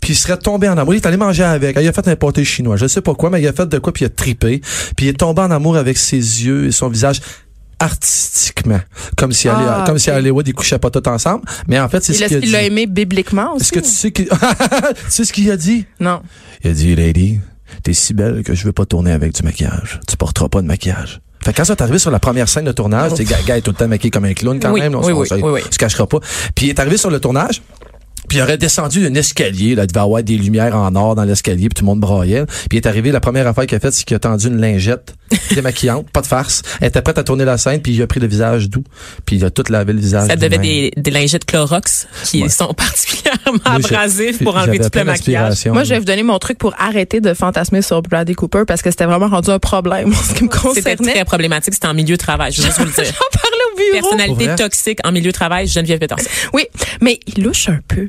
[SPEAKER 5] Puis il serait tombé en amour. Il est allé manger avec. Il a fait un pâté chinois. Je sais pas quoi, mais il a fait de quoi, puis il a tripé. Puis il est tombé en amour avec ses yeux et son visage artistiquement. Comme si,
[SPEAKER 3] Ah,
[SPEAKER 5] allait, comme
[SPEAKER 3] ok.
[SPEAKER 5] si à Hollywood, ils couchaient pas tout ensemble. Mais en fait, c'est
[SPEAKER 3] Il
[SPEAKER 5] ce
[SPEAKER 3] l'a
[SPEAKER 5] qu'il a
[SPEAKER 3] il l'a
[SPEAKER 5] dit.
[SPEAKER 3] aimé bibliquement aussi.
[SPEAKER 5] Est-ce que tu sais qu'il... tu sais ce qu'il a dit?
[SPEAKER 3] Non.
[SPEAKER 5] Il a dit, Lady, t'es si belle que je veux pas tourner avec du maquillage. Tu porteras pas de maquillage. Fait que quand ça est arrivé sur la première scène de tournage, c'est gars est tout le temps maquillé comme un clown quand
[SPEAKER 4] Oh. Oui,
[SPEAKER 5] même, là, on
[SPEAKER 4] oui,
[SPEAKER 5] se- on
[SPEAKER 4] oui,
[SPEAKER 5] se-
[SPEAKER 4] oui, oui.
[SPEAKER 5] on se cachera pas. Puis il est arrivé sur le tournage, puis puis il aurait descendu d'un escalier, là, il devait avoir des lumières en or dans l'escalier, puis tout le monde braillait. Puis il est arrivé, la première affaire qu'il a faite, c'est qu'il a tendu une lingette démaquillante, pas de farce. Elle était prête à tourner la scène, puis il a pris le visage doux, puis il a tout lavé le visage.
[SPEAKER 4] Ça devait
[SPEAKER 5] lui-même.
[SPEAKER 4] des, des lingettes Clorox qui sont particulièrement
[SPEAKER 5] Moi, j'ai-
[SPEAKER 4] abrasives pour
[SPEAKER 5] j'avais
[SPEAKER 4] enlever tout
[SPEAKER 5] plein
[SPEAKER 4] le maquillage.
[SPEAKER 5] d'inspiration.
[SPEAKER 3] Moi, je vais vous donner mon truc pour arrêter de fantasmer sur Bradley Cooper parce que c'était vraiment rendu un problème en ce qui me
[SPEAKER 4] C'était
[SPEAKER 3] concernait.
[SPEAKER 4] très problématique. C'était en milieu de travail. Je veux juste vous le dire.
[SPEAKER 3] J'en parlais au bureau.
[SPEAKER 5] Pour
[SPEAKER 4] Personnalité
[SPEAKER 5] vrai?
[SPEAKER 4] toxique en milieu de travail, Geneviève Peterson.
[SPEAKER 3] Oui, mais il louche un peu.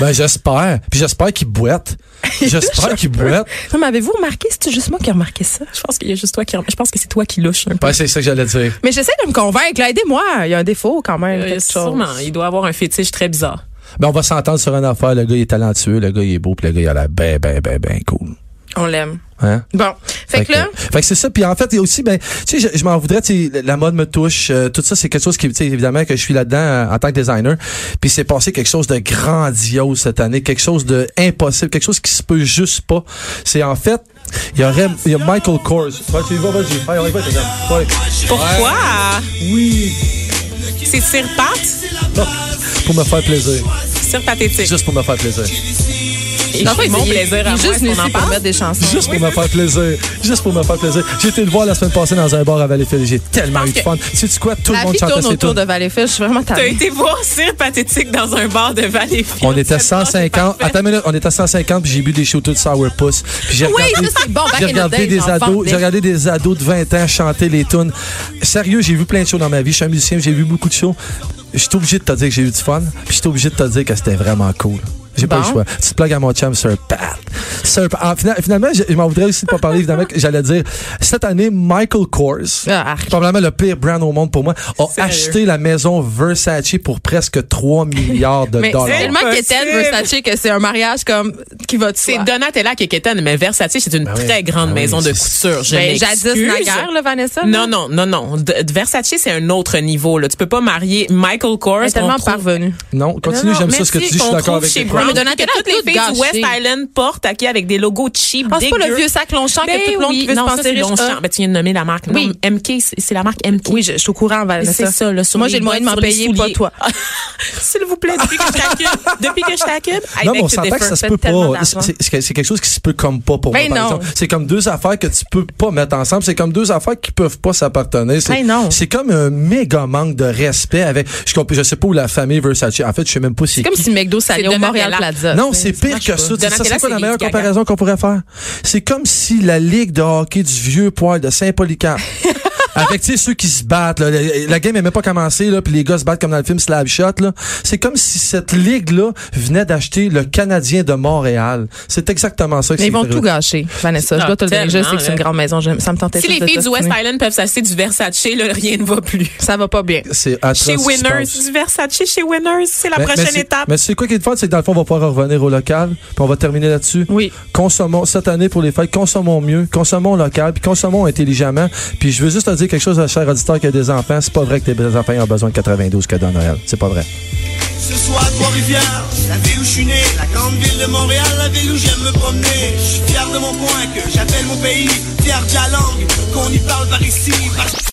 [SPEAKER 5] Ben, j'espère. Puis j'espère qu'il boite. J'espère qu'il boite.
[SPEAKER 3] Non, mais avez-vous remarqué? C'est juste moi qui ai remarqué ça.
[SPEAKER 4] Je pense qu'il y a juste toi qui, je pense que c'est toi qui louche un peu.
[SPEAKER 5] Ben, c'est ça que j'allais dire.
[SPEAKER 3] Mais j'essaie de me convaincre. là, Aidez-moi. Il y a un défaut quand même.
[SPEAKER 4] Euh,
[SPEAKER 3] quelque chose.
[SPEAKER 4] sûrement, il doit avoir un fétiche très bizarre.
[SPEAKER 5] Ben, on va s'entendre sur une affaire. Le gars, il est talentueux. Le gars, il est beau. Puis le gars, il a l'air ben, ben, ben, ben cool.
[SPEAKER 3] On l'aime.
[SPEAKER 5] Hein?
[SPEAKER 3] Bon. Fait, que là,
[SPEAKER 5] fait que c'est ça. Puis en fait, il y a aussi, ben, tu sais, je, je m'en voudrais, tu sais, la mode me touche. euh, tout ça, c'est quelque chose qui, tu sais, évidemment, que je suis là-dedans euh, en tant que designer. Puis c'est passé quelque chose de grandiose cette année, quelque chose de impossible, quelque chose qui se peut juste pas. C'est en fait, il y aurait, il y a Michael Kors. Ouais, tu y vas, vas-y. Allez, on y va, t'es comme- ouais.
[SPEAKER 4] Pourquoi?
[SPEAKER 5] Oui,
[SPEAKER 4] C'est surpat,
[SPEAKER 5] pour me faire plaisir.
[SPEAKER 4] surpathétique.
[SPEAKER 5] Juste pour me faire plaisir.
[SPEAKER 4] Et
[SPEAKER 3] dans le fond,
[SPEAKER 4] mon
[SPEAKER 3] il-
[SPEAKER 4] plaisir
[SPEAKER 3] il
[SPEAKER 4] à
[SPEAKER 3] est
[SPEAKER 4] moi,
[SPEAKER 3] juste venu
[SPEAKER 4] est-ce qu'on en
[SPEAKER 3] ici pour
[SPEAKER 4] parle?
[SPEAKER 3] mettre des chansons.
[SPEAKER 5] Juste pour me faire plaisir. Juste pour me faire plaisir. J'ai été le voir la semaine passée dans un bar à Valleyfield. J'ai tellement eu de
[SPEAKER 3] que
[SPEAKER 5] fun. Tu sais quoi? Tout le
[SPEAKER 3] La
[SPEAKER 5] monde
[SPEAKER 3] vie
[SPEAKER 5] chantait
[SPEAKER 3] tourne
[SPEAKER 5] ses
[SPEAKER 3] autour
[SPEAKER 5] tunes.
[SPEAKER 3] de Valleyfield. Je suis vraiment
[SPEAKER 4] T'as
[SPEAKER 3] tannée.
[SPEAKER 4] été voir surpathétique dans un bar de Valleyfield.
[SPEAKER 5] On était
[SPEAKER 4] Cette phrase est
[SPEAKER 5] 150.
[SPEAKER 4] parfaite.
[SPEAKER 5] Attends une minute, on était à 150 puis j'ai bu des shooters de sourpuss. Puis j'ai
[SPEAKER 3] Oui,
[SPEAKER 5] regardé,
[SPEAKER 3] ça, c'est bon. Back
[SPEAKER 5] j'ai
[SPEAKER 3] in the
[SPEAKER 5] regardé
[SPEAKER 3] days,
[SPEAKER 5] des
[SPEAKER 3] enfant,
[SPEAKER 5] ados,
[SPEAKER 3] dès-
[SPEAKER 5] j'ai regardé des ados de 20 ans chanter les tunes. Sérieux, j'ai vu plein de shows dans ma vie. Je suis un musicien, j'ai vu beaucoup de shows. Je suis obligé de te dire que j'ai eu du fun, puis je suis obligé de te dire que c'était vraiment cool. J'ai pas
[SPEAKER 3] Bon.
[SPEAKER 5] le choix. Tu te plagues à mon chum sur Pat. Sur Pat. Ah, fina- finalement, je, je m'en voudrais aussi de pas parler, évidemment, que j'allais dire. Cette année, Michael Kors,
[SPEAKER 3] Ah, arc.
[SPEAKER 5] probablement le pire brand au monde pour moi, a
[SPEAKER 4] Sérieux?
[SPEAKER 5] acheté la maison Versace pour presque 3 milliards de
[SPEAKER 3] Mais
[SPEAKER 5] dollars.
[SPEAKER 3] c'est tellement
[SPEAKER 4] Impossible.
[SPEAKER 3] qu'Étienne veut sachez que c'est un mariage comme qui va de
[SPEAKER 4] C'est
[SPEAKER 3] soi.
[SPEAKER 4] Donatella qui est quétaine, mais Versace, c'est une
[SPEAKER 5] oui.
[SPEAKER 4] très grande
[SPEAKER 5] Ben oui,
[SPEAKER 4] maison de
[SPEAKER 5] c'est-
[SPEAKER 4] couture. Je
[SPEAKER 3] Ben, jadis
[SPEAKER 4] m'excuse.
[SPEAKER 3] naguère, là, Vanessa. là.
[SPEAKER 4] Non, non, non, non. De- de Versace, c'est un autre niveau. Là. Tu peux pas marier Michael Kors.
[SPEAKER 3] Elle est
[SPEAKER 4] qu'on
[SPEAKER 3] tellement
[SPEAKER 4] trouve-
[SPEAKER 3] parvenue.
[SPEAKER 5] Non, continue,
[SPEAKER 4] Non,
[SPEAKER 5] j'aime
[SPEAKER 4] mais
[SPEAKER 5] ça ce que
[SPEAKER 4] si,
[SPEAKER 5] tu dis, je
[SPEAKER 4] qu'on
[SPEAKER 5] suis d'accord
[SPEAKER 4] trouve
[SPEAKER 5] avec
[SPEAKER 4] chez
[SPEAKER 5] toi.
[SPEAKER 4] Brown,
[SPEAKER 3] Mais Donatella,
[SPEAKER 4] que toutes
[SPEAKER 3] tout
[SPEAKER 4] les filles du West
[SPEAKER 3] gâché.
[SPEAKER 4] Island portent à qui avec des logos cheap.
[SPEAKER 3] Ah, c'est pas le
[SPEAKER 4] dégueux.
[SPEAKER 3] vieux sac Longchamp
[SPEAKER 4] Ben
[SPEAKER 3] que tout le monde
[SPEAKER 4] oui.
[SPEAKER 3] veut se
[SPEAKER 4] Non, ça,
[SPEAKER 3] penser
[SPEAKER 4] c'est
[SPEAKER 3] riche.
[SPEAKER 4] Longchamp.
[SPEAKER 3] Ah.
[SPEAKER 4] Ben, tu viens de nommer la marque.
[SPEAKER 3] Oui.
[SPEAKER 4] Non, MK, c'est- c'est la marque MK.
[SPEAKER 3] Oui, je, je suis au courant, Vanessa.
[SPEAKER 4] C'est ça, là, sur
[SPEAKER 3] Moi,
[SPEAKER 4] les
[SPEAKER 3] j'ai le moyen de
[SPEAKER 4] bottes,
[SPEAKER 3] m'en
[SPEAKER 4] sur les
[SPEAKER 3] payer, pas
[SPEAKER 4] souliers.
[SPEAKER 3] toi.
[SPEAKER 4] S'il vous plaît, depuis que je t'accuse, depuis que je t'accuse, I
[SPEAKER 5] Non,
[SPEAKER 4] beg
[SPEAKER 5] mais on
[SPEAKER 4] to
[SPEAKER 5] s'entend que
[SPEAKER 4] differ.
[SPEAKER 5] ça se
[SPEAKER 3] fait
[SPEAKER 5] peut
[SPEAKER 3] tellement
[SPEAKER 5] pas.
[SPEAKER 3] d'argent.
[SPEAKER 5] C'est c'est- c'est quelque chose qui se peut comme pas pour
[SPEAKER 3] Ben
[SPEAKER 5] moi, par
[SPEAKER 3] non.
[SPEAKER 5] exemple. C'est comme deux affaires que tu peux pas mettre ensemble. C'est comme deux affaires qui peuvent pas s'appartenir. C'est
[SPEAKER 3] Ben non.
[SPEAKER 5] c'est comme un méga manque de respect avec. Je, comp- je sais pas où la famille Versace. En fait, je sais même pas si.
[SPEAKER 3] C'est comme si McDo s'allait
[SPEAKER 4] C'est
[SPEAKER 3] au Montréal
[SPEAKER 4] Donatella.
[SPEAKER 3] Plaza.
[SPEAKER 5] Non,
[SPEAKER 3] tu sais,
[SPEAKER 5] c'est
[SPEAKER 3] ça
[SPEAKER 5] pire
[SPEAKER 3] marche
[SPEAKER 5] que
[SPEAKER 3] pas.
[SPEAKER 5] ça. Tu sais, ça,
[SPEAKER 4] Donatella,
[SPEAKER 5] c'est quoi la
[SPEAKER 4] c'est
[SPEAKER 5] meilleure
[SPEAKER 4] Lady Gaga.
[SPEAKER 5] comparaison qu'on pourrait faire? C'est comme si la Ligue de hockey du vieux poil de Saint-Polycarpe, avec, tu sais, ceux qui se battent, là, la, la game n'est même pas commencée, là, puis les gars se battent comme dans le film Slab Shot, là. C'est comme si cette Ligue-là venait d'acheter le Canadien de Montréal. C'est exactement ça que
[SPEAKER 3] Mais
[SPEAKER 5] c'est
[SPEAKER 3] ils vont
[SPEAKER 5] vrai.
[SPEAKER 3] tout gâcher, Vanessa. Je
[SPEAKER 4] Ah,
[SPEAKER 3] dois te le dire. Je sais
[SPEAKER 4] tellement,
[SPEAKER 3] que c'est une
[SPEAKER 4] là.
[SPEAKER 3] grande maison. j'aime- Ça me tentait
[SPEAKER 4] Si
[SPEAKER 3] juste
[SPEAKER 4] les
[SPEAKER 3] de
[SPEAKER 4] filles du West
[SPEAKER 3] t'assiner.
[SPEAKER 4] Island peuvent s'acheter du Versace, là, rien ne va plus.
[SPEAKER 3] Ça va pas bien.
[SPEAKER 5] C'est atroce.
[SPEAKER 4] Chez
[SPEAKER 5] ce qui se
[SPEAKER 4] Winners,
[SPEAKER 5] passe.
[SPEAKER 4] du Versace chez Winners, c'est la
[SPEAKER 5] Mais- mais
[SPEAKER 4] prochaine
[SPEAKER 5] c'est-
[SPEAKER 4] étape.
[SPEAKER 5] Mais c'est quoi qui est le fun, c'est que dans le fond, on va pouvoir revenir au local, puis on va terminer là-dessus.
[SPEAKER 3] Oui.
[SPEAKER 5] Consommons cette année pour les fêtes, consommons mieux, consommons local, puis consommons intelligemment. Puis je veux juste te dire quelque chose, cher auditeur, qui a des enfants, c'est pas vrai que tes enfants ont besoin de 92 cadeaux à Noël. C'est pas vrai.
[SPEAKER 7] Ce soir à Trois-Rivières, la ville où je suis né, la grande ville de Montréal, la ville où j'aime me promener. Je suis fier de mon coin que j'appelle mon pays, fier de la langue qu'on y parle par ici. par-